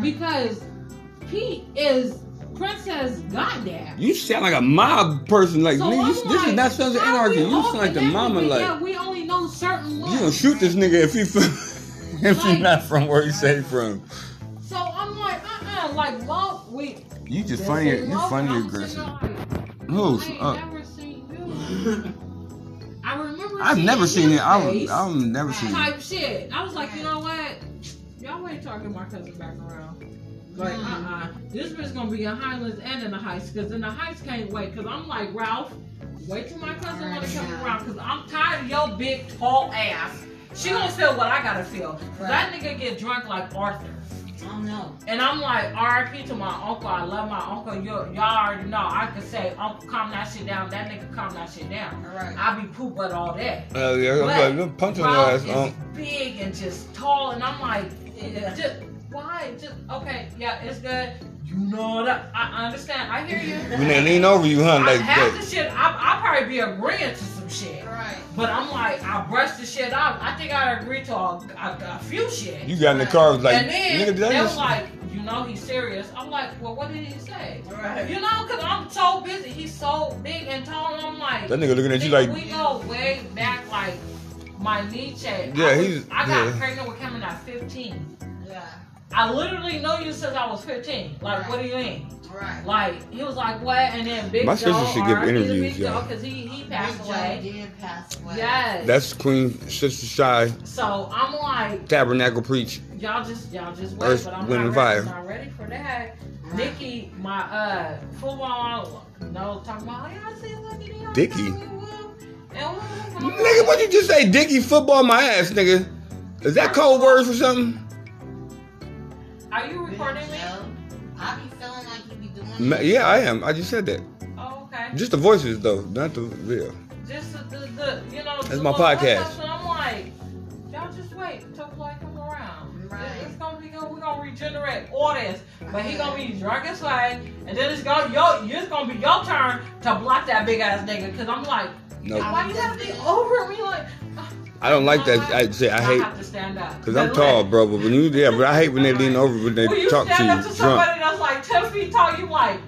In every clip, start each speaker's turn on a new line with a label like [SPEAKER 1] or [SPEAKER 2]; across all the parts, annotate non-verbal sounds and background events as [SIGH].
[SPEAKER 1] because Pete is Princess Goddamn.
[SPEAKER 2] You sound like a mob person. Like,
[SPEAKER 1] So
[SPEAKER 2] nigga,
[SPEAKER 1] I'm
[SPEAKER 2] you, this is
[SPEAKER 1] like,
[SPEAKER 2] not Sons of
[SPEAKER 1] how
[SPEAKER 2] Anarchy.
[SPEAKER 1] we
[SPEAKER 2] You
[SPEAKER 1] all
[SPEAKER 2] sound like the
[SPEAKER 1] connected,
[SPEAKER 2] mama.
[SPEAKER 1] but
[SPEAKER 2] Like,
[SPEAKER 1] yeah, we only know certain ones.
[SPEAKER 2] you gonna shoot this nigga if he from, [LAUGHS] if he
[SPEAKER 1] Like-
[SPEAKER 2] not from where he say he from.
[SPEAKER 1] So I'm like, uh, uh like love. We
[SPEAKER 2] You just funny.
[SPEAKER 1] Love,
[SPEAKER 2] You funny
[SPEAKER 1] I'm
[SPEAKER 2] aggressive.
[SPEAKER 1] sitting there like,
[SPEAKER 2] No,
[SPEAKER 1] I ain't
[SPEAKER 2] uh,
[SPEAKER 1] never seen you. I remember.
[SPEAKER 2] I've never seen it.
[SPEAKER 1] your
[SPEAKER 2] I've
[SPEAKER 1] face.
[SPEAKER 2] I've never seen it.
[SPEAKER 1] type shit. I was like, you know what? Y'all ain't talking my cousin back around. Like, uh-uh. This bitch gonna be in Highlands and in the Heights, because in the Heights can't wait, because I'm like, Ralph, wait till my cousin wanna come around, because I'm tired of your big, tall ass. She gonna feel what I gotta feel. 'Cause That nigga get drunk like Arthur.
[SPEAKER 3] Oh no.
[SPEAKER 1] And I'm like, RIP to my uncle. I love my uncle. You, y'all already know. I could say, Uncle, calm that shit down. That nigga calm that shit down.
[SPEAKER 3] Alright.
[SPEAKER 1] I be poop at all that.
[SPEAKER 2] Oh yeah,
[SPEAKER 1] But
[SPEAKER 2] I'm like, punch on your
[SPEAKER 1] Ralph
[SPEAKER 2] ass.
[SPEAKER 1] is
[SPEAKER 2] Um,
[SPEAKER 1] big and just tall, and I'm like,
[SPEAKER 3] Yeah.
[SPEAKER 1] just why? Just okay, yeah, it's good. You know that I understand. I hear
[SPEAKER 2] [LAUGHS]
[SPEAKER 1] you.
[SPEAKER 2] when they lean over you, huh?
[SPEAKER 1] I,
[SPEAKER 2] Like,
[SPEAKER 1] half
[SPEAKER 2] like
[SPEAKER 1] the shit, I I probably be agreeing to some shit,
[SPEAKER 3] Right.
[SPEAKER 1] but I'm like, I brush the shit off. I think I agree to a, a, a few shit,
[SPEAKER 2] you got in the car, was like,
[SPEAKER 1] and then
[SPEAKER 2] nigga, did I
[SPEAKER 1] they was
[SPEAKER 2] just?
[SPEAKER 1] like, you know, he's serious. I'm like, well, what did he say?
[SPEAKER 3] Right.
[SPEAKER 1] You know, cause I'm so busy. He's so big and tall. And I'm like,
[SPEAKER 2] That nigga looking at you
[SPEAKER 1] Nigga,
[SPEAKER 2] like,
[SPEAKER 1] we go way back like my knee check.
[SPEAKER 2] Yeah,
[SPEAKER 1] I was-
[SPEAKER 2] he's-
[SPEAKER 1] I got
[SPEAKER 2] yeah.
[SPEAKER 1] pregnant with Cameron at 15.
[SPEAKER 3] Yeah.
[SPEAKER 1] I literally know you since I was 15. Like, what do you mean?
[SPEAKER 3] Right.
[SPEAKER 1] Like, he was like, what? And then Big
[SPEAKER 2] My
[SPEAKER 1] Joe,
[SPEAKER 2] sister should give
[SPEAKER 1] R.I.P. to
[SPEAKER 2] interviews,
[SPEAKER 1] Big
[SPEAKER 2] yeah.
[SPEAKER 1] Joe, cause he he passed
[SPEAKER 3] Big Joe
[SPEAKER 1] away.
[SPEAKER 3] did pass away.
[SPEAKER 1] Yes.
[SPEAKER 2] that's Queen Sister Shy
[SPEAKER 1] so I'm like,
[SPEAKER 2] Tabernacle Preach.
[SPEAKER 1] y'all just y'all just wait,
[SPEAKER 2] Earth,
[SPEAKER 1] but I'm
[SPEAKER 2] wind,
[SPEAKER 1] not ready.
[SPEAKER 2] and fire.
[SPEAKER 1] I'm not ready for that.
[SPEAKER 3] Right.
[SPEAKER 1] Nikki, my uh football, no talking about. Oh, yeah, I see Lucky D all the
[SPEAKER 2] Dicky?
[SPEAKER 1] time, and woo, and woo, and woo."
[SPEAKER 2] Nigga, what you just say? Dicky football my ass, nigga. Is that code words for something?
[SPEAKER 1] Are you
[SPEAKER 3] Big
[SPEAKER 1] recording me?
[SPEAKER 3] Joe. I be feeling like you be doing.
[SPEAKER 2] Ma-
[SPEAKER 3] it.
[SPEAKER 2] Yeah, I am. I just said that.
[SPEAKER 1] Oh, okay.
[SPEAKER 2] Just the voices though, not the video.
[SPEAKER 1] just the, the, the you know.
[SPEAKER 2] That's
[SPEAKER 1] the
[SPEAKER 2] my
[SPEAKER 1] little
[SPEAKER 2] podcast.
[SPEAKER 1] hookups, And I'm like, y'all just wait till Clay come around.
[SPEAKER 3] Right.
[SPEAKER 1] It's, it's gonna be good. We're gonna regenerate all this, but he gonna be drunk as fuck, and then it's gonna yo, it's gonna be your turn to block that big ass nigga. Cause I'm like,
[SPEAKER 2] No,
[SPEAKER 1] why you gotta be over me? Like,
[SPEAKER 2] I don't like that. I say I hate
[SPEAKER 1] have to stand up
[SPEAKER 2] because I'm tall, bro. But when you yeah, but I hate when they lean over when they
[SPEAKER 1] Will you
[SPEAKER 2] talk to
[SPEAKER 1] stand up to
[SPEAKER 2] you drunk.
[SPEAKER 1] somebody that's like ten feet tall? You like,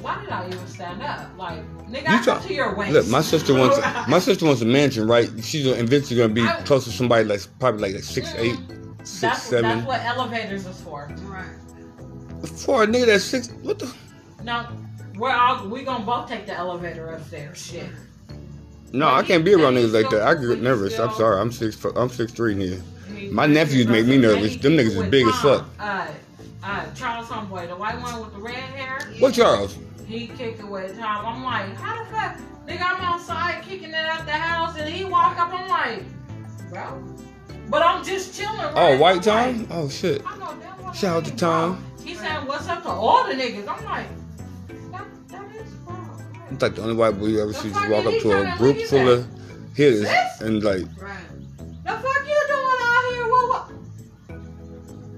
[SPEAKER 1] why did I even stand up? Like, nigga, I come
[SPEAKER 2] You talk.
[SPEAKER 1] to your waist.
[SPEAKER 2] Look, my sister wants my sister wants a mansion, right? She's eventually gonna be
[SPEAKER 1] I-
[SPEAKER 2] close to somebody like probably like six eight, six
[SPEAKER 1] that's,
[SPEAKER 2] seven.
[SPEAKER 1] That's what elevators is for.
[SPEAKER 3] Right.
[SPEAKER 2] For a nigga that's six, what the?
[SPEAKER 1] No, we're all we gonna both take the elevator upstairs. Shit.
[SPEAKER 2] No, I can't be around niggas like that. I get nervous. I'm sorry. I'm six. I'm six three, nigga. My nephews make me nervous. Them niggas is big as fuck.
[SPEAKER 1] Uh, uh, Charles Homeboy, the white one with the red hair,
[SPEAKER 2] What Charles?
[SPEAKER 1] he kicked it with Tom. I'm like, how the fuck, nigga? I'm outside kicking it out the house, and he walk up. I'm like, bro, but I'm just chilling. Right?
[SPEAKER 2] Oh, white
[SPEAKER 1] I'm
[SPEAKER 2] Tom? Oh shit.
[SPEAKER 1] Like, I know that one
[SPEAKER 2] Shout out to
[SPEAKER 1] ain't
[SPEAKER 2] Tom.
[SPEAKER 1] wrong. He said, "What's up to all the niggas?" I'm like, that, that is wrong.
[SPEAKER 2] I'm like the only white boy you ever see just walk up to a
[SPEAKER 1] Fucking
[SPEAKER 2] group
[SPEAKER 1] he
[SPEAKER 2] full of hitters
[SPEAKER 1] Sis?
[SPEAKER 2] and like,
[SPEAKER 3] Right.
[SPEAKER 1] The fuck you doing out here? What, what?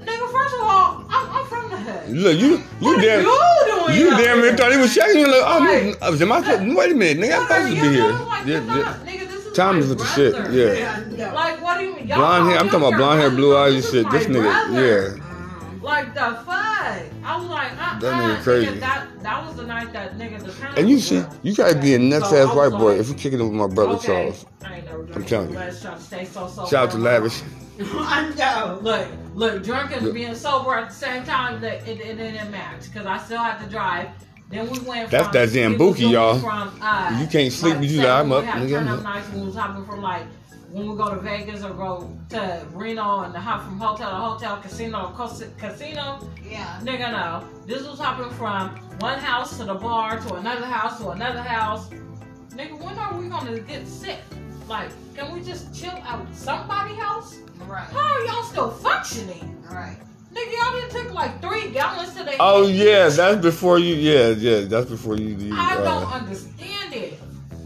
[SPEAKER 1] Nigga, first of all, I'm, I'm from the hood.
[SPEAKER 2] look, you you
[SPEAKER 1] what are
[SPEAKER 2] damn
[SPEAKER 1] you doing?
[SPEAKER 2] you
[SPEAKER 1] out
[SPEAKER 2] damn
[SPEAKER 1] here?
[SPEAKER 2] near thought he was shaking you like, oh, I'm-
[SPEAKER 1] Right.
[SPEAKER 2] I was in my wait a minute, nigga, I'm
[SPEAKER 1] What are
[SPEAKER 2] supposed to
[SPEAKER 1] you
[SPEAKER 2] be here.
[SPEAKER 1] doing? Like,
[SPEAKER 2] Yeah, yeah.
[SPEAKER 1] this is my- Nigga, this is
[SPEAKER 2] Tom
[SPEAKER 1] my
[SPEAKER 2] is with the shit,
[SPEAKER 1] brother.
[SPEAKER 2] yeah.
[SPEAKER 3] Yeah. No.
[SPEAKER 1] Like, what do you mean? Y'all
[SPEAKER 2] Blonde hair,
[SPEAKER 1] call
[SPEAKER 2] I'm
[SPEAKER 1] him
[SPEAKER 2] talking
[SPEAKER 1] your
[SPEAKER 2] about blonde hair,
[SPEAKER 1] brother,
[SPEAKER 2] blue
[SPEAKER 1] but
[SPEAKER 2] eyes and
[SPEAKER 1] this is
[SPEAKER 2] shit. This
[SPEAKER 1] my brother.
[SPEAKER 2] nigga, yeah.
[SPEAKER 1] [LAUGHS]
[SPEAKER 3] Um,
[SPEAKER 1] Like the fuck? I was like, uh,
[SPEAKER 2] That nigga
[SPEAKER 1] uh,
[SPEAKER 2] crazy.
[SPEAKER 1] That, that was the night that nigga the time.
[SPEAKER 2] And you see, you gotta be a nuts
[SPEAKER 1] So, I
[SPEAKER 2] ass
[SPEAKER 1] was
[SPEAKER 2] white boy
[SPEAKER 1] like,
[SPEAKER 2] if you kicking it with my brother
[SPEAKER 1] okay,
[SPEAKER 2] Charles.
[SPEAKER 1] I ain't never
[SPEAKER 2] I'm telling you.
[SPEAKER 1] So, so
[SPEAKER 2] Shout out to Lavish.
[SPEAKER 3] I know.
[SPEAKER 1] Look, look, drunk and
[SPEAKER 2] Look.
[SPEAKER 1] being sober at the same time, that it, it didn't match because I still had to drive. Then we went.
[SPEAKER 2] That's
[SPEAKER 1] from,
[SPEAKER 2] that Zambuki,
[SPEAKER 1] we was doing
[SPEAKER 2] y'all.
[SPEAKER 1] From, uh,
[SPEAKER 2] You can't sleep,
[SPEAKER 1] like
[SPEAKER 2] you
[SPEAKER 1] seven,
[SPEAKER 2] like, I'm
[SPEAKER 1] we
[SPEAKER 2] up,
[SPEAKER 1] had
[SPEAKER 2] nigga,
[SPEAKER 1] Turn
[SPEAKER 2] I'm
[SPEAKER 1] up
[SPEAKER 2] up.
[SPEAKER 1] nights when we was hopping from like when we go to Vegas or go to Reno and hop from hotel to hotel, casino to cos- casino.
[SPEAKER 3] Yeah.
[SPEAKER 1] Nigga, no. This was hopping from one house to the bar to another house to another house. Nigga, when are we gonna get sick? Like, can we just chill out somebody's house?
[SPEAKER 3] Right.
[SPEAKER 1] How are y'all still functioning?
[SPEAKER 3] Right.
[SPEAKER 1] Nigga, y'all didn't take like three gallons today.
[SPEAKER 2] Oh yeah, that's before you. Yeah, yeah, that's before you. you
[SPEAKER 1] I don't
[SPEAKER 2] uh,
[SPEAKER 1] understand it.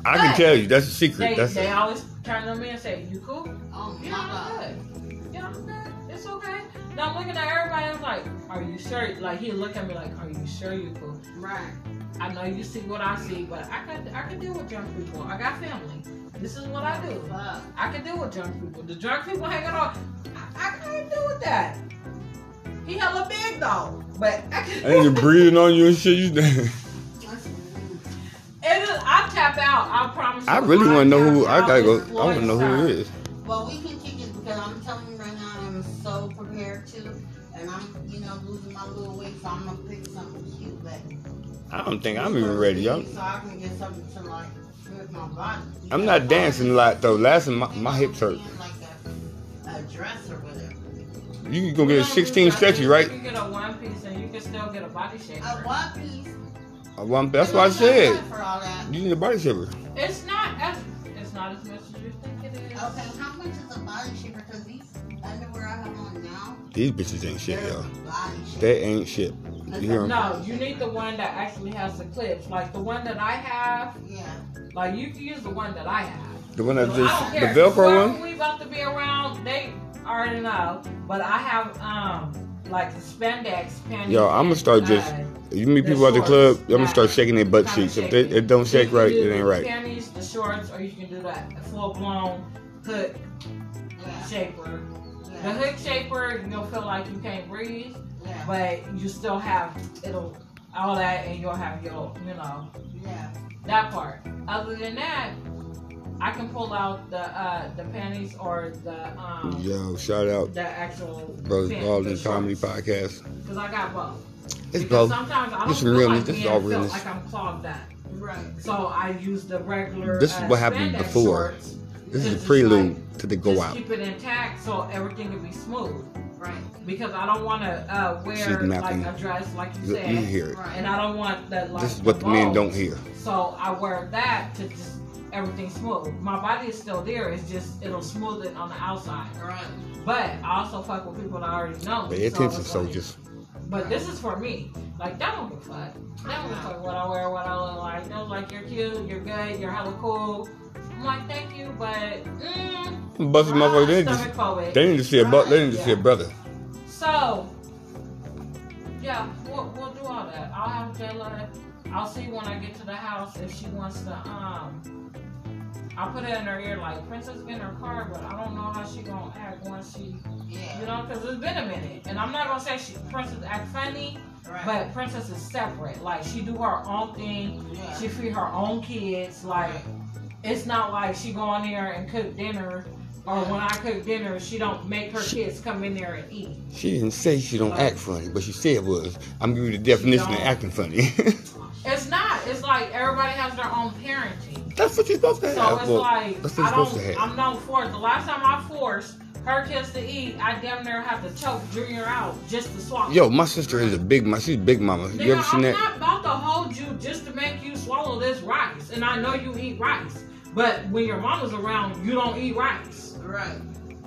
[SPEAKER 2] I can
[SPEAKER 1] but-
[SPEAKER 2] tell you, that's a
[SPEAKER 1] They,
[SPEAKER 2] secret. That's
[SPEAKER 1] they
[SPEAKER 2] a,
[SPEAKER 1] always turn to me and say, You cool?
[SPEAKER 3] Oh my
[SPEAKER 1] Yeah,
[SPEAKER 3] God.
[SPEAKER 1] I'm good. Yeah, I'm good. It's okay. Now I'm looking at everybody. I'm like, Are you sure? Like, he look at me like, Are you sure you cool?
[SPEAKER 3] Right.
[SPEAKER 1] I know you see what I see, but I can, I can deal with drunk people. I got family. This is what I do.
[SPEAKER 3] Fuck.
[SPEAKER 1] I can deal with drunk people. The drunk people hanging on, I, I can't deal with that. He hella big though. But I
[SPEAKER 2] I ain't just breathing on you and shit. You,
[SPEAKER 1] It is, I tap out. I promise.
[SPEAKER 2] I
[SPEAKER 1] you,
[SPEAKER 2] really want to know who.
[SPEAKER 1] tap
[SPEAKER 2] I
[SPEAKER 1] out
[SPEAKER 2] gotta go.
[SPEAKER 1] this
[SPEAKER 2] I want to know who
[SPEAKER 1] lifestyle.
[SPEAKER 2] it is.
[SPEAKER 3] Well, we can kick it because I'm telling you right now, I'm so prepared to, and I'm, you know, losing my little weight, so I'm gonna pick something cute. But
[SPEAKER 2] I don't think I'm even ready. I'm,
[SPEAKER 3] So I can get something to like fit my body.
[SPEAKER 2] I'm not dancing a lot though. Last time my, my hips hurt.
[SPEAKER 3] Like a, a dress or whatever.
[SPEAKER 2] You gonna get a 16 stretchy, right?
[SPEAKER 1] You can get a one piece and you can still get a body shape.
[SPEAKER 3] A one piece.
[SPEAKER 2] I want- That's what I said.
[SPEAKER 3] For all that.
[SPEAKER 2] You need a body shaper.
[SPEAKER 1] It's not as it's not as much as you think it is.
[SPEAKER 3] Okay, how much is a body shaper? Because these underwear I have on now,
[SPEAKER 2] These bitches ain't shit,
[SPEAKER 3] they're
[SPEAKER 2] yo.
[SPEAKER 3] body shaper.
[SPEAKER 2] They ain't shit. You hear 'em?
[SPEAKER 1] No, you need the one that actually has the clips. Like the one that I have.
[SPEAKER 3] Yeah.
[SPEAKER 1] Like you can use the one that I have.
[SPEAKER 2] The one that
[SPEAKER 1] So
[SPEAKER 2] just the Velcro
[SPEAKER 1] Whoever
[SPEAKER 2] one.
[SPEAKER 1] We about to be around. They already know. But I have um like the spandex panties.
[SPEAKER 2] Yo, I'ma start just.
[SPEAKER 1] uh,
[SPEAKER 2] You meet
[SPEAKER 1] the
[SPEAKER 2] people at the
[SPEAKER 1] shorts.
[SPEAKER 2] club. I'm gonna start
[SPEAKER 1] Nah.
[SPEAKER 2] shaking their butt
[SPEAKER 1] Kinda
[SPEAKER 2] cheeks. If they,
[SPEAKER 1] shaky.
[SPEAKER 2] it don't shake
[SPEAKER 1] You can
[SPEAKER 2] right,
[SPEAKER 1] do
[SPEAKER 2] it ain't
[SPEAKER 1] the
[SPEAKER 2] right.
[SPEAKER 1] Panties, the shorts, or you can do that full blown hood
[SPEAKER 3] Yeah.
[SPEAKER 1] shaper. The
[SPEAKER 3] Yeah.
[SPEAKER 1] hood shaper, you'll feel like you can't breathe,
[SPEAKER 3] Yeah.
[SPEAKER 1] but you still have it'll all that, and you'll have your you know
[SPEAKER 3] Yeah.
[SPEAKER 1] that part. Other than that, I can pull out the uh, the panties or the um
[SPEAKER 2] Yo, shout out
[SPEAKER 1] the actual
[SPEAKER 2] brothers
[SPEAKER 1] pant-
[SPEAKER 2] Ball and
[SPEAKER 1] the
[SPEAKER 2] Comedy
[SPEAKER 1] shorts,
[SPEAKER 2] Podcast.
[SPEAKER 1] because I got both.
[SPEAKER 2] It's
[SPEAKER 1] Because
[SPEAKER 2] both.
[SPEAKER 1] Sometimes I don't
[SPEAKER 2] This is
[SPEAKER 1] feel
[SPEAKER 2] real-
[SPEAKER 1] like
[SPEAKER 2] this is
[SPEAKER 1] being
[SPEAKER 2] all
[SPEAKER 1] felt
[SPEAKER 2] realness.
[SPEAKER 1] like I'm clogged up.
[SPEAKER 3] Right.
[SPEAKER 1] So I use the regular.
[SPEAKER 2] This is
[SPEAKER 1] uh,
[SPEAKER 2] what happened
[SPEAKER 1] spandex
[SPEAKER 2] before.
[SPEAKER 1] shorts
[SPEAKER 2] This
[SPEAKER 1] to
[SPEAKER 2] is
[SPEAKER 1] just,
[SPEAKER 2] the
[SPEAKER 1] like,
[SPEAKER 2] prelude to the go
[SPEAKER 1] just
[SPEAKER 2] out.
[SPEAKER 1] Keep it intact so everything can be smooth.
[SPEAKER 3] Right.
[SPEAKER 1] Because I don't want to uh, wear
[SPEAKER 2] She's
[SPEAKER 1] like
[SPEAKER 2] napping.
[SPEAKER 1] a dress, like you
[SPEAKER 2] You
[SPEAKER 1] said,
[SPEAKER 2] you hear it.
[SPEAKER 1] and
[SPEAKER 3] Right.
[SPEAKER 1] I don't want the like.
[SPEAKER 2] This is what the men
[SPEAKER 1] bow.
[SPEAKER 2] don't hear.
[SPEAKER 1] So I wear that to just everything smooth. My body is still there. It's just it'll smooth it on the outside.
[SPEAKER 3] Right.
[SPEAKER 1] But I also fuck with people that I already know.
[SPEAKER 2] Pay
[SPEAKER 1] so
[SPEAKER 2] attention,
[SPEAKER 1] it's like-
[SPEAKER 2] soldiers.
[SPEAKER 1] But this is for me. Like that don't give a fuck. That don't give a fuck what I wear, what I look like. That was like you're cute, you're good, you're hella cool. I'm like thank you, but mm,
[SPEAKER 2] Busted
[SPEAKER 1] I'm
[SPEAKER 2] motherfuckers. They need to,
[SPEAKER 1] stomach phobic.
[SPEAKER 2] they need to see a bu- They need to see a brother.
[SPEAKER 1] So, yeah, we'll, we'll do all that. I'll have Jayla. I'll see when I get to the house if she wants to. Um, I put it in her ear like Princess been in her car, but I don't know how she gonna act once she, you
[SPEAKER 3] Yeah.
[SPEAKER 1] know, because it's been a minute. And I'm not gonna say she Princess act funny,
[SPEAKER 3] Right.
[SPEAKER 1] but Princess is separate. Like she do her own thing.
[SPEAKER 3] yeah.
[SPEAKER 1] She feed her own kids. Like it's not like she go in there and cook dinner. Or when I cook dinner, she don't make her kids come in there and eat.
[SPEAKER 2] She didn't say she don't act funny, but she said was. I'm giving you the definition of
[SPEAKER 1] don't.
[SPEAKER 2] acting funny. [LAUGHS]
[SPEAKER 1] It's not. It's like everybody has their own parenting.
[SPEAKER 2] that's what you're supposed to
[SPEAKER 1] So
[SPEAKER 2] have.
[SPEAKER 1] it's
[SPEAKER 2] Well,
[SPEAKER 1] like
[SPEAKER 2] that's what you're
[SPEAKER 1] I
[SPEAKER 2] supposed to
[SPEAKER 1] don't.
[SPEAKER 2] have.
[SPEAKER 1] I'm not forced. The last time I forced her kids to eat, I damn near had to choke Junior out just to swallow.
[SPEAKER 2] Yo, my sister is a big. My she's big mama.
[SPEAKER 1] Nigga,
[SPEAKER 2] You ever seen
[SPEAKER 1] I'm
[SPEAKER 2] that?
[SPEAKER 1] not about to hold you just to make you swallow this rice, and I know you eat rice, but when your mama's around, you don't eat rice.
[SPEAKER 3] Right.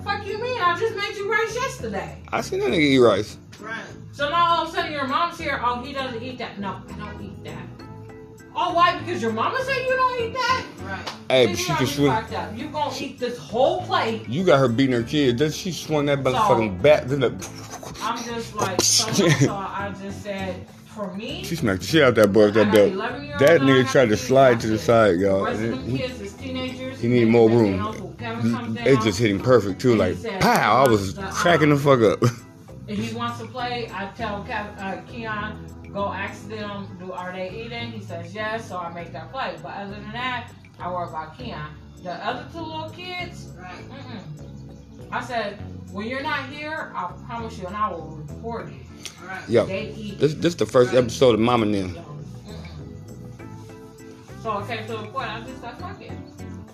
[SPEAKER 1] Fuck you mean? I just made you rice yesterday.
[SPEAKER 2] I seen that nigga eat rice.
[SPEAKER 3] Right.
[SPEAKER 1] So now all of a sudden your mom's here. Oh, he doesn't eat that. No, I don't eat that. Oh, why? Because your mama said you don't eat that.
[SPEAKER 3] Right.
[SPEAKER 2] Hey,
[SPEAKER 1] Then
[SPEAKER 2] but
[SPEAKER 1] you
[SPEAKER 2] she
[SPEAKER 1] already
[SPEAKER 2] can swing.
[SPEAKER 1] fucked up. You gonna eat this whole plate?
[SPEAKER 2] You got her beating her kid. Then she swung that motherfucking bat. Then the,
[SPEAKER 1] I'm just
[SPEAKER 2] [LAUGHS]
[SPEAKER 1] like, so, so I just said, for me,
[SPEAKER 2] she smacked the shit out that boy with
[SPEAKER 1] I
[SPEAKER 2] that
[SPEAKER 1] got
[SPEAKER 2] belt.
[SPEAKER 1] 11-year-old
[SPEAKER 2] That
[SPEAKER 1] and I
[SPEAKER 2] nigga
[SPEAKER 1] got
[SPEAKER 2] tried to
[SPEAKER 1] three
[SPEAKER 2] slide to the
[SPEAKER 1] kids.
[SPEAKER 2] side,
[SPEAKER 1] The
[SPEAKER 2] y'all.
[SPEAKER 1] rest of
[SPEAKER 2] And
[SPEAKER 1] them
[SPEAKER 2] it-
[SPEAKER 1] kids is teenagers.
[SPEAKER 2] Uh, He need more
[SPEAKER 1] They- they
[SPEAKER 2] room.
[SPEAKER 1] help who Kevin comes
[SPEAKER 2] It
[SPEAKER 1] down,
[SPEAKER 2] just hit him perfect too. Like pow, I was cracking the fuck up. [LAUGHS]
[SPEAKER 1] If he wants to play, I tell Kev, uh, Keon, go ask them, do are they eating? He says yes, so I make that play. But other than that, I worry about Keon. The other two little kids,
[SPEAKER 3] Right.
[SPEAKER 1] mm-mm. I said, when you're not here, I promise you, and I will report it.
[SPEAKER 3] Right.
[SPEAKER 2] Yo,
[SPEAKER 1] They eat.
[SPEAKER 2] this this the first episode of Mama Nim.
[SPEAKER 1] Mm-mm. So it came to the point I just said fuck it.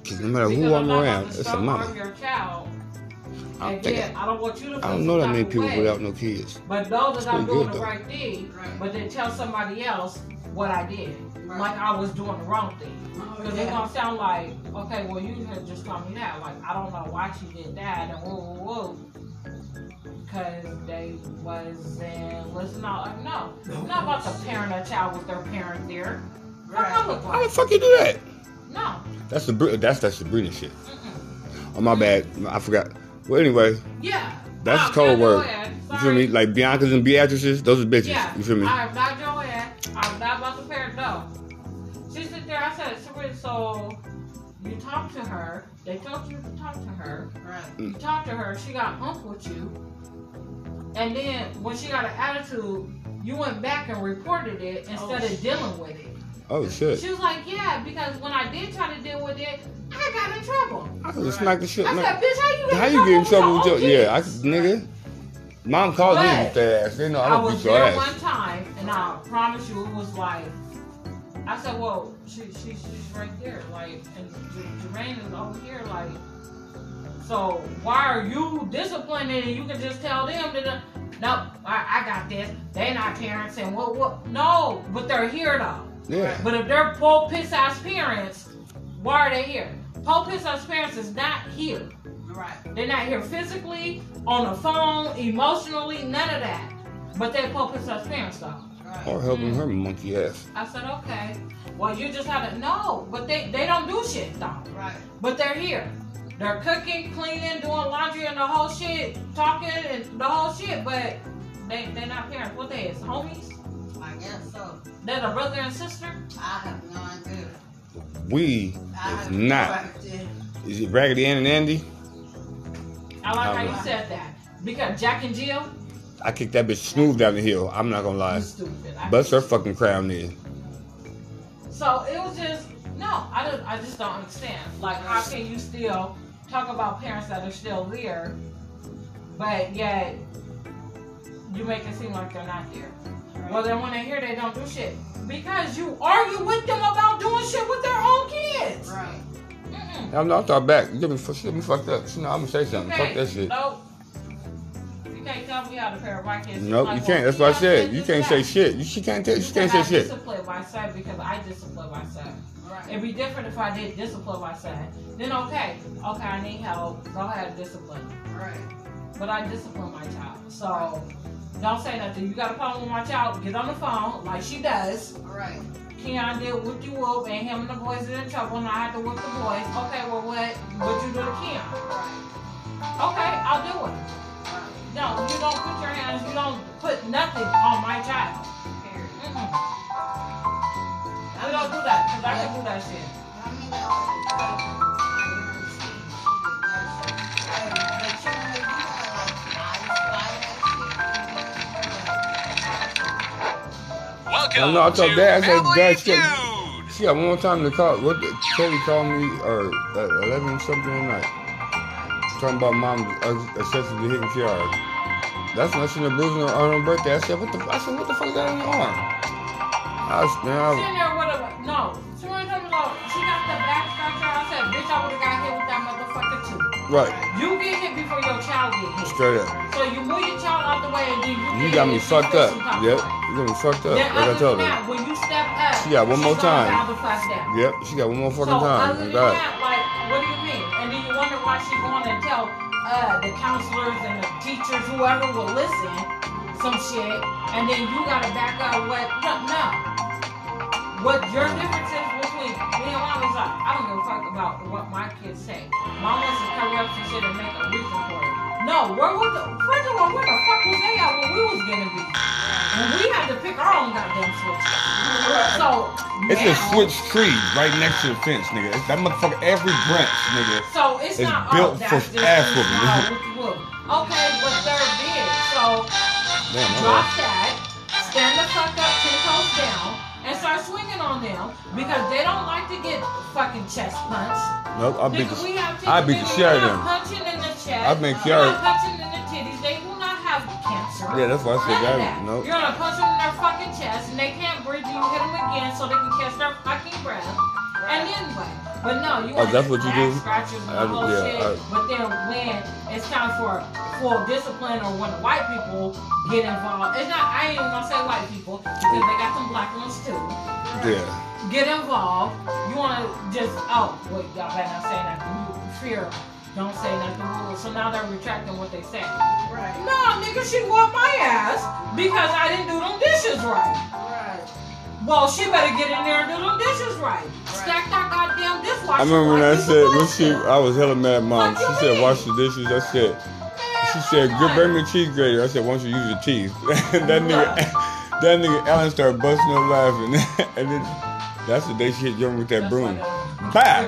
[SPEAKER 2] Cause no matter
[SPEAKER 1] Because
[SPEAKER 2] who I'm
[SPEAKER 1] not about
[SPEAKER 2] around,
[SPEAKER 1] to
[SPEAKER 2] it's a
[SPEAKER 1] starve
[SPEAKER 2] mama.
[SPEAKER 1] Your child.
[SPEAKER 2] I don't
[SPEAKER 1] And
[SPEAKER 2] think
[SPEAKER 1] yet, I don't want you to.
[SPEAKER 2] I
[SPEAKER 1] feel
[SPEAKER 2] don't know that
[SPEAKER 1] some
[SPEAKER 2] many
[SPEAKER 1] type of
[SPEAKER 2] people
[SPEAKER 1] way.
[SPEAKER 2] without no kids.
[SPEAKER 1] But know that I'm
[SPEAKER 2] pretty
[SPEAKER 1] doing
[SPEAKER 2] good,
[SPEAKER 1] the
[SPEAKER 2] though.
[SPEAKER 1] right thing,
[SPEAKER 3] Right.
[SPEAKER 1] but then tell somebody else what I did,
[SPEAKER 3] Right.
[SPEAKER 1] like I was doing the wrong thing.
[SPEAKER 3] Oh,
[SPEAKER 1] Because they're gonna sound like, okay, well you had just told me that. Like I don't know why she did that and woo woo woo. Cause they wasn't listening. Like, no, I'm not about to parent a child with their parent there. Fuck I
[SPEAKER 3] Right.
[SPEAKER 1] look
[SPEAKER 2] How
[SPEAKER 1] like.
[SPEAKER 2] the fuck you do that?
[SPEAKER 1] No.
[SPEAKER 2] That's the Bri- that's that Sabrina shit.
[SPEAKER 1] Mm-mm.
[SPEAKER 2] Oh my bad, I forgot. Well anyway,
[SPEAKER 1] Yeah.
[SPEAKER 2] That's
[SPEAKER 1] I'm
[SPEAKER 2] a code
[SPEAKER 1] not
[SPEAKER 2] word.
[SPEAKER 1] Joanne.
[SPEAKER 2] you feel
[SPEAKER 1] Sorry.
[SPEAKER 2] me? Like Biancas and Beatrices, those are bitches.
[SPEAKER 1] Yeah.
[SPEAKER 2] You feel me?
[SPEAKER 1] I'm not Joanne. I'm not about to parent no. She sit there. I said, Sabrina, so you talk to her. They told you to talk to her.
[SPEAKER 3] Right.
[SPEAKER 1] You talk to her. She got unk with you. And then when she got an attitude, you went back and reported it instead of dealing with it.
[SPEAKER 2] Oh shit!
[SPEAKER 1] She was like, yeah, because when I did try to deal with it, I got in trouble.
[SPEAKER 2] I could smack the shit.
[SPEAKER 1] I
[SPEAKER 2] Man.
[SPEAKER 1] said, bitch, how you get
[SPEAKER 2] How you get in trouble with your?
[SPEAKER 1] OG?
[SPEAKER 2] Yeah, I nigga. Mom called me
[SPEAKER 1] But-
[SPEAKER 2] with that ass. They know I
[SPEAKER 1] I
[SPEAKER 2] don't
[SPEAKER 1] was
[SPEAKER 2] beat your
[SPEAKER 1] there
[SPEAKER 2] ass.
[SPEAKER 1] one time, and I promise you, it was like, I said, "Well, she, she, she's right there, like, and J- Jermaine is over here, like, so why are you disciplining? And you can just tell them that, no, I, I got this. They not parents, and what, what? No, but they're here though.
[SPEAKER 2] Yeah.
[SPEAKER 1] But if they're poor piss ass parents, why are they here? Poor piss ass parents is not here.
[SPEAKER 3] Right.
[SPEAKER 1] They're not here physically, on the phone, emotionally, none of that. But they focus on parents though.
[SPEAKER 3] Right.
[SPEAKER 2] Or helping her monkey ass.
[SPEAKER 1] I said, okay. Well, you just had to no, but they they don't do shit though.
[SPEAKER 3] Right.
[SPEAKER 1] But they're here. They're cooking, cleaning, doing laundry, and the whole shit, talking, and the whole shit. But they they're not parents. What they is homies?
[SPEAKER 3] I guess so.
[SPEAKER 1] They're the brother and sister.
[SPEAKER 3] I have no idea.
[SPEAKER 2] We
[SPEAKER 3] I have
[SPEAKER 2] not.
[SPEAKER 3] no idea.
[SPEAKER 2] is it Raggedy Ann and Andy?
[SPEAKER 1] I like how you
[SPEAKER 3] Alright.
[SPEAKER 1] said that because Jack and Jill.
[SPEAKER 2] I kicked that bitch smooth down the hill. I'm not gonna
[SPEAKER 1] You
[SPEAKER 2] lie.
[SPEAKER 1] stupid. I
[SPEAKER 2] Bust her fucking crown in.
[SPEAKER 1] So it was just no, I don't I just don't understand. Like how can you still talk about parents that are still there but yet you make it seem like they're not there. Well then when they hear they don't do shit. Because you argue with them about doing shit with their own kids.
[SPEAKER 3] Right.
[SPEAKER 1] Mm-mm.
[SPEAKER 2] Hell no, I thought back. You me, fu- shit, me fucked up. No, I'm gonna say something. Fuck that shit.
[SPEAKER 1] Nope. You can't tell me how to pair of white kids.
[SPEAKER 2] Nope,
[SPEAKER 1] Like,
[SPEAKER 2] you can't.
[SPEAKER 1] well,
[SPEAKER 2] That's what I
[SPEAKER 1] gotta
[SPEAKER 2] said.
[SPEAKER 1] do
[SPEAKER 2] You
[SPEAKER 1] this,
[SPEAKER 2] can't say
[SPEAKER 1] that.
[SPEAKER 2] shit. You she can't tell.
[SPEAKER 1] You
[SPEAKER 2] She can't say
[SPEAKER 1] said I
[SPEAKER 2] shit.
[SPEAKER 1] discipline myself because I discipline myself.
[SPEAKER 3] Right.
[SPEAKER 1] It'd be different if I did discipline my son. Then okay, okay, I need help. Go ahead and discipline. me.
[SPEAKER 3] Right.
[SPEAKER 1] But I discipline my child. So don't say nothing. You got a problem with my child, get on the phone like she does.
[SPEAKER 3] Right.
[SPEAKER 1] Keon did whoop you up and him and the boys is in trouble and I had to whoop the boys. Okay, well what what you do to Keon?
[SPEAKER 3] Right.
[SPEAKER 1] Okay, I'll do it.
[SPEAKER 3] Right.
[SPEAKER 1] No, you don't put your hands, you don't put nothing on my child.
[SPEAKER 3] Period.
[SPEAKER 1] Mm-mm. We don't do that, because I can do that shit.
[SPEAKER 3] I mean, that was like, I guarantee she did that shit. Like, the children would be like, I
[SPEAKER 4] Welcome
[SPEAKER 2] Oh, no, I thought
[SPEAKER 4] to
[SPEAKER 2] that- I said
[SPEAKER 4] Family
[SPEAKER 2] that shit.
[SPEAKER 4] Feud.
[SPEAKER 2] She got one more time to call. What the, Kelly called me or at eleven something at night, talking about mom uh, excessively hitting Kiara. That's when she was bruising her on her birthday. I said, what the? I said, what the fuck is that on your arm? I was, man, I was-
[SPEAKER 1] sitting there with a no. She went to She got the back scratcher. I said, bitch, I would have got hit with that motherfucker too.
[SPEAKER 2] right,
[SPEAKER 1] You get hit before your child get hit.
[SPEAKER 2] straight up.
[SPEAKER 1] So you move your child out the way and then you.
[SPEAKER 2] You
[SPEAKER 1] get
[SPEAKER 2] got
[SPEAKER 1] hit
[SPEAKER 2] me
[SPEAKER 1] if she
[SPEAKER 2] fucked
[SPEAKER 1] puts
[SPEAKER 2] up.
[SPEAKER 1] some kind of-
[SPEAKER 2] Yep, you got me fucked up.
[SPEAKER 1] Then other
[SPEAKER 2] Like I told
[SPEAKER 1] than
[SPEAKER 2] her.
[SPEAKER 1] that, when you step up,
[SPEAKER 2] She got one
[SPEAKER 1] she's
[SPEAKER 2] more
[SPEAKER 1] gonna
[SPEAKER 2] time.
[SPEAKER 1] bow the fuck down.
[SPEAKER 2] Yep, she got one more fucking
[SPEAKER 1] so
[SPEAKER 2] time.
[SPEAKER 1] other than
[SPEAKER 2] Thank God.
[SPEAKER 1] that, like, what do you mean? And then you wonder why she going and tell uh, the counselors and the teachers, whoever will listen, some shit, and then you gotta back out what? No, no. What your difference is between me and mom is like, I don't give a fuck about what my kids say. Mom wants to cover up some shit and make a reason for it. No, where was the first of all, where the fuck was they at when we was getting beat? And we had to pick our own goddamn switch. So
[SPEAKER 2] It's a
[SPEAKER 1] now-
[SPEAKER 2] switch tree right next to the fence, nigga. It's that motherfucker, every branch, nigga.
[SPEAKER 1] So it's,
[SPEAKER 2] It's
[SPEAKER 1] not all
[SPEAKER 2] built for
[SPEAKER 1] that's just
[SPEAKER 2] ass
[SPEAKER 1] too
[SPEAKER 2] whooping.
[SPEAKER 1] small with the whoop. Okay, but they're big. So
[SPEAKER 2] Damn,
[SPEAKER 1] drop
[SPEAKER 2] my
[SPEAKER 1] that, stand the fuck up, ten toes down, and start swinging on them because they don't like to get fucking chest punched.
[SPEAKER 2] bad. Nope, I beat
[SPEAKER 1] Nigga,
[SPEAKER 2] the.
[SPEAKER 1] we have
[SPEAKER 2] I beat the
[SPEAKER 1] titties,
[SPEAKER 2] shit out
[SPEAKER 1] we're
[SPEAKER 2] of them.
[SPEAKER 1] not Punching in the chest.
[SPEAKER 2] I've been
[SPEAKER 1] We're
[SPEAKER 2] Kiara.
[SPEAKER 1] not punching in the titties. They do not have cancer.
[SPEAKER 2] Yeah, that's why I
[SPEAKER 1] None
[SPEAKER 2] said
[SPEAKER 1] of
[SPEAKER 2] that.
[SPEAKER 1] that.
[SPEAKER 2] Nope.
[SPEAKER 1] You're gonna punch them in their fucking chest, and they can't breathe. You hit them again so they can catch their fucking breath. And then what? But no, you
[SPEAKER 2] Oh,
[SPEAKER 1] want
[SPEAKER 2] that's what you
[SPEAKER 1] back
[SPEAKER 2] do?
[SPEAKER 1] scratchers and
[SPEAKER 2] I-
[SPEAKER 1] the whole
[SPEAKER 2] yeah,
[SPEAKER 1] shit.
[SPEAKER 2] I-
[SPEAKER 1] but then when it's time for full discipline or when the white people get involved, it's not. I ain't even gonna say white people because they got some black ones too.
[SPEAKER 2] Yeah.
[SPEAKER 1] Get involved. You want to just oh, well, y'all better not say nothing. You fear. Don't say nothing. So now they're retracting what they said.
[SPEAKER 3] Right.
[SPEAKER 1] No, nigga, she whooped my ass because I didn't do them dishes right.
[SPEAKER 3] Right.
[SPEAKER 1] Well, she better get in there and do them dishes right. Stack that goddamn dishwasher.
[SPEAKER 2] I remember when
[SPEAKER 1] right.
[SPEAKER 2] I
[SPEAKER 1] You
[SPEAKER 2] said when
[SPEAKER 1] supposed
[SPEAKER 2] she,
[SPEAKER 1] to.
[SPEAKER 2] I was hella mad, at mom.
[SPEAKER 1] Fuck
[SPEAKER 2] She
[SPEAKER 1] you
[SPEAKER 2] said,
[SPEAKER 1] mean?
[SPEAKER 2] "Wash the dishes." I said, "She said,
[SPEAKER 1] Man,
[SPEAKER 2] good,
[SPEAKER 1] I'm
[SPEAKER 2] bring
[SPEAKER 1] like,
[SPEAKER 2] me a cheese grater." I said, "Why don't you use your teeth?" [LAUGHS] that nigga, [LAUGHS] that nigga Alan started busting up laughing, [LAUGHS] and then that's the day she hit young with that
[SPEAKER 1] That's like
[SPEAKER 2] broom.
[SPEAKER 1] [LAUGHS]
[SPEAKER 2] Bah!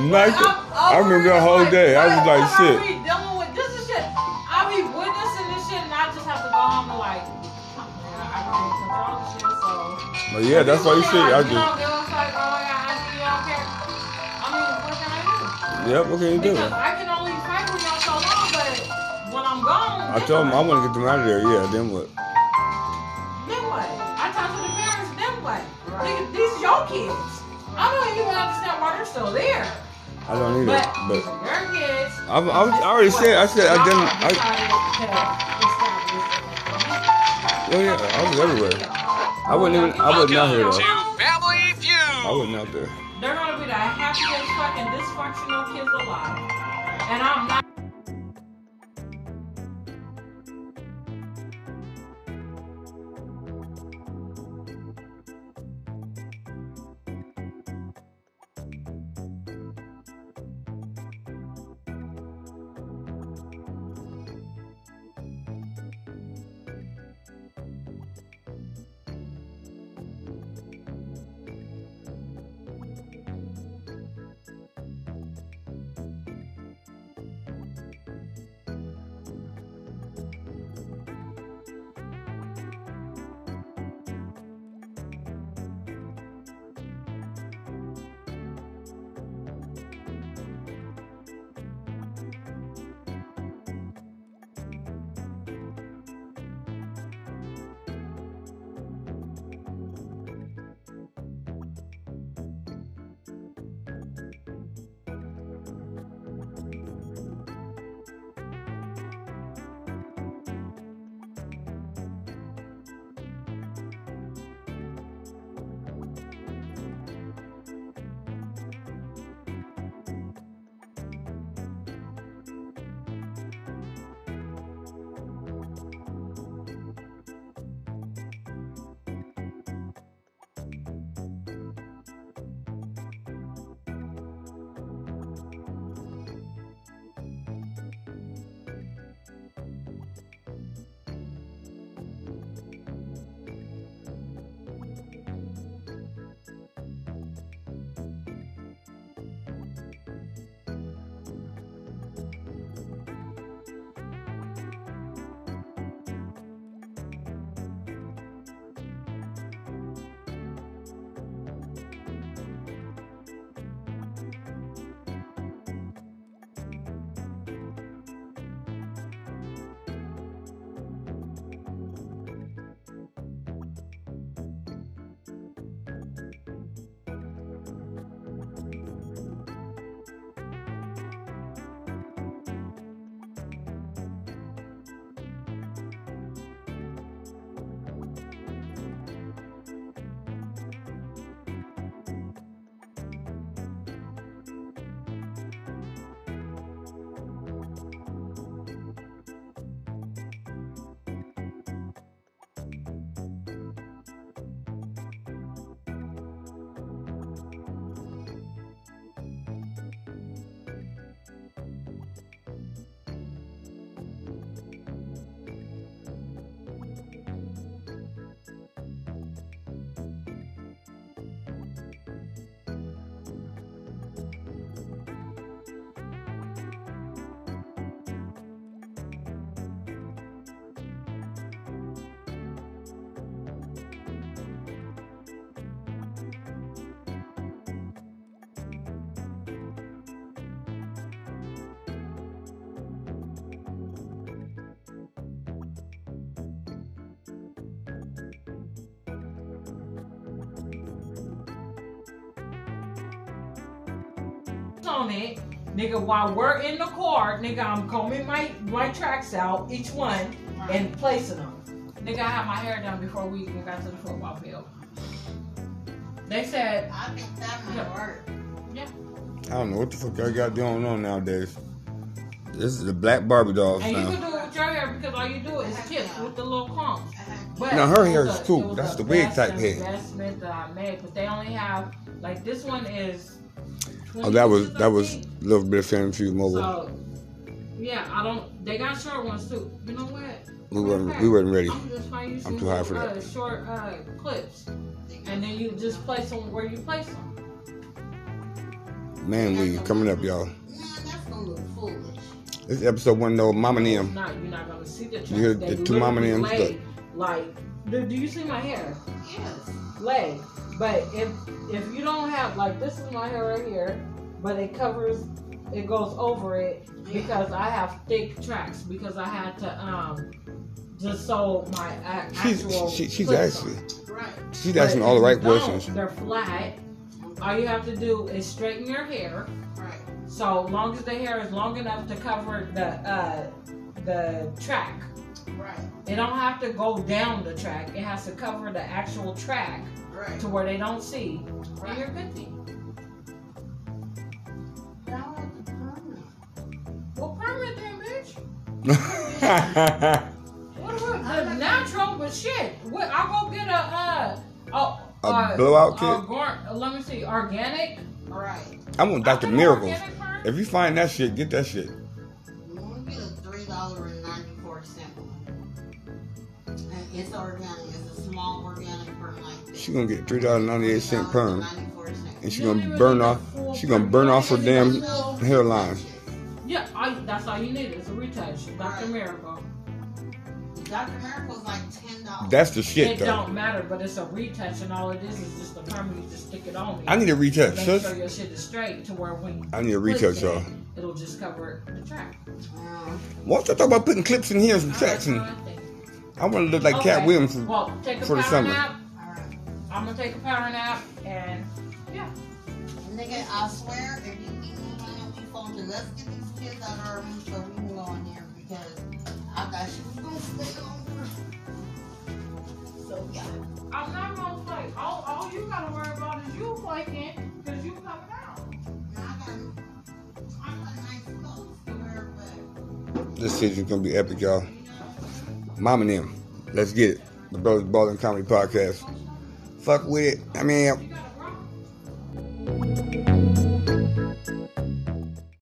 [SPEAKER 2] Nike.
[SPEAKER 1] I'm
[SPEAKER 2] [LAUGHS] I remember
[SPEAKER 1] over
[SPEAKER 2] the
[SPEAKER 1] it.
[SPEAKER 2] whole
[SPEAKER 1] Like,
[SPEAKER 2] day. I
[SPEAKER 1] what
[SPEAKER 2] was like,
[SPEAKER 1] the fuck are
[SPEAKER 2] shit.
[SPEAKER 1] we dealing
[SPEAKER 2] Oh yeah, that's why you see. I
[SPEAKER 1] You know,
[SPEAKER 2] just
[SPEAKER 1] they was like, oh yeah, I mean, y'all care. I mean, what can I do?
[SPEAKER 2] yep. What can you do?
[SPEAKER 1] Because I can only fight with y'all so long, but when I'm gone,
[SPEAKER 2] I
[SPEAKER 1] then
[SPEAKER 2] told him I
[SPEAKER 1] what?
[SPEAKER 2] want to get them out of there. Yeah. Then what?
[SPEAKER 1] Then what? I talked to the parents. Then what?
[SPEAKER 3] Right.
[SPEAKER 1] Nigga, these your kids. I don't even understand why they're still there.
[SPEAKER 2] I don't need it.
[SPEAKER 1] But,
[SPEAKER 2] But
[SPEAKER 1] your kids.
[SPEAKER 2] I, I, was- I already said. I said I didn't. I, oh yeah. I was everywhere. I wasn't even. I was not here though.
[SPEAKER 4] to Family Feud.
[SPEAKER 2] I wasn't out there.
[SPEAKER 1] They're gonna be the happiest fucking dysfunctional kids alive. And I'm not. on it, nigga. While we're in the car, nigga, I'm combing my my tracks out, each one, and placing them. Nigga, I had my hair done before we even got to the football field. They said,
[SPEAKER 3] I think that might work.
[SPEAKER 2] I don't know what the fuck I got going on nowadays. This is the black Barbie dolls
[SPEAKER 1] and you
[SPEAKER 2] now.
[SPEAKER 1] can do it with your hair because all you do is tips with the little combs. But
[SPEAKER 2] Now, her
[SPEAKER 1] it
[SPEAKER 2] hair
[SPEAKER 1] was
[SPEAKER 2] is
[SPEAKER 1] a-
[SPEAKER 2] cool.
[SPEAKER 1] it was
[SPEAKER 2] That's
[SPEAKER 1] a
[SPEAKER 2] the wig
[SPEAKER 1] best
[SPEAKER 2] type hair.
[SPEAKER 1] Investment that I made, but they only have like this one is.
[SPEAKER 2] Oh, that was
[SPEAKER 1] 22,
[SPEAKER 2] that was
[SPEAKER 1] 13.
[SPEAKER 2] a little bit of Family Feud mobile.
[SPEAKER 1] So, yeah, I don't. They got short ones too. You know what?
[SPEAKER 2] We weren't we weren't ready.
[SPEAKER 1] I'm just fine. You
[SPEAKER 2] I'm
[SPEAKER 1] see
[SPEAKER 2] too high for
[SPEAKER 1] uh,
[SPEAKER 2] that.
[SPEAKER 1] Short uh, clips, and then you just place them where you place them.
[SPEAKER 2] Man, we coming up, y'all.
[SPEAKER 3] Nah, that's gonna look foolish.
[SPEAKER 2] This is episode one though, Mama and
[SPEAKER 1] It's
[SPEAKER 2] them.
[SPEAKER 1] not. You're not gonna see the.
[SPEAKER 2] You hear
[SPEAKER 1] tracks. They
[SPEAKER 2] the two mama
[SPEAKER 1] literally
[SPEAKER 2] names,
[SPEAKER 1] lay, Like, do, do you see my hair?
[SPEAKER 3] Yes.
[SPEAKER 1] leg. But if if you don't have like this is my hair right here, but it covers, it goes over it because I have thick tracks because I had to um just sew my a-
[SPEAKER 2] She's
[SPEAKER 1] actual.
[SPEAKER 2] she, she's
[SPEAKER 1] clips
[SPEAKER 2] actually
[SPEAKER 3] Right.
[SPEAKER 2] she's asking all the right
[SPEAKER 1] don't,
[SPEAKER 2] questions.
[SPEAKER 1] They're flat. All you have to do is straighten your hair.
[SPEAKER 3] Right.
[SPEAKER 1] So long as the hair is long enough to cover the uh, the track,
[SPEAKER 3] Right.
[SPEAKER 1] it don't have to go down the track. It has to cover the actual track
[SPEAKER 3] Right.
[SPEAKER 1] to where they don't see.
[SPEAKER 3] Right.
[SPEAKER 1] And you're good thing.
[SPEAKER 3] Now I have to permanent.
[SPEAKER 1] Well, permanent damage.
[SPEAKER 2] a
[SPEAKER 1] What about the natural? But shit, what, I'll go get a uh, a, uh,
[SPEAKER 2] blowout
[SPEAKER 1] a
[SPEAKER 2] kit.
[SPEAKER 1] gar- let me see, organic.
[SPEAKER 3] Right.
[SPEAKER 2] I want Doctor
[SPEAKER 1] I think
[SPEAKER 2] Miracles.
[SPEAKER 1] organic perm-
[SPEAKER 2] If you find that shit, get that shit.
[SPEAKER 3] We'll get a three dollar and ninety four cent one. And it's organic. It's a small organic perm like this.
[SPEAKER 2] She gonna get three dollars ninety eight cent perm,
[SPEAKER 3] Ninety four cent.
[SPEAKER 2] and she
[SPEAKER 1] You don't
[SPEAKER 2] gonna
[SPEAKER 1] even
[SPEAKER 2] burn
[SPEAKER 1] need a
[SPEAKER 2] off.
[SPEAKER 1] full
[SPEAKER 2] She gonna
[SPEAKER 1] perm.
[SPEAKER 2] burn
[SPEAKER 1] You
[SPEAKER 2] off her
[SPEAKER 1] don't even
[SPEAKER 2] damn
[SPEAKER 1] need no-
[SPEAKER 2] hairline.
[SPEAKER 1] Yeah, I, that's all you need is a retouch. Dr.
[SPEAKER 3] Right.
[SPEAKER 1] Miracle.
[SPEAKER 3] Dr. Miracle's like ten dollars.
[SPEAKER 2] That's the
[SPEAKER 1] It
[SPEAKER 2] shit though.
[SPEAKER 1] don't matter, but it's a retouch, and all it is is just a perm. You just stick it on.
[SPEAKER 2] I need a retouch,
[SPEAKER 1] Make
[SPEAKER 2] sis.
[SPEAKER 1] sure your shit is straight to where when you
[SPEAKER 2] I need a
[SPEAKER 1] clip
[SPEAKER 2] retouch,
[SPEAKER 1] it,
[SPEAKER 2] y'all.
[SPEAKER 1] It'll just cover the track.
[SPEAKER 2] Why don't you talk about putting clips in here and some
[SPEAKER 1] Alright,
[SPEAKER 2] tracks?
[SPEAKER 1] so
[SPEAKER 2] And
[SPEAKER 1] I think-
[SPEAKER 2] I want to look like Cat
[SPEAKER 1] Okay.
[SPEAKER 2] Williams.
[SPEAKER 1] Well, take a
[SPEAKER 2] for the
[SPEAKER 1] power
[SPEAKER 2] summer.
[SPEAKER 1] nap.
[SPEAKER 3] Alright.
[SPEAKER 1] I'm gonna take a power nap, and yeah,
[SPEAKER 3] Nigga, I swear, if you eat me on your phone, then let's get these kids out of our room so we can go in here because I got shit we gonna stay on. So yeah.
[SPEAKER 1] I'm not gonna flake. All, all you gotta worry about is you flaking, cause you coming out.
[SPEAKER 3] Now I got, I got nice clothes to wear, but
[SPEAKER 2] This season's gonna be epic, y'all.
[SPEAKER 3] you know.
[SPEAKER 2] Mom and them. Let's get it. The Brothers Balling Comedy Podcast. Fuck with it. I mean,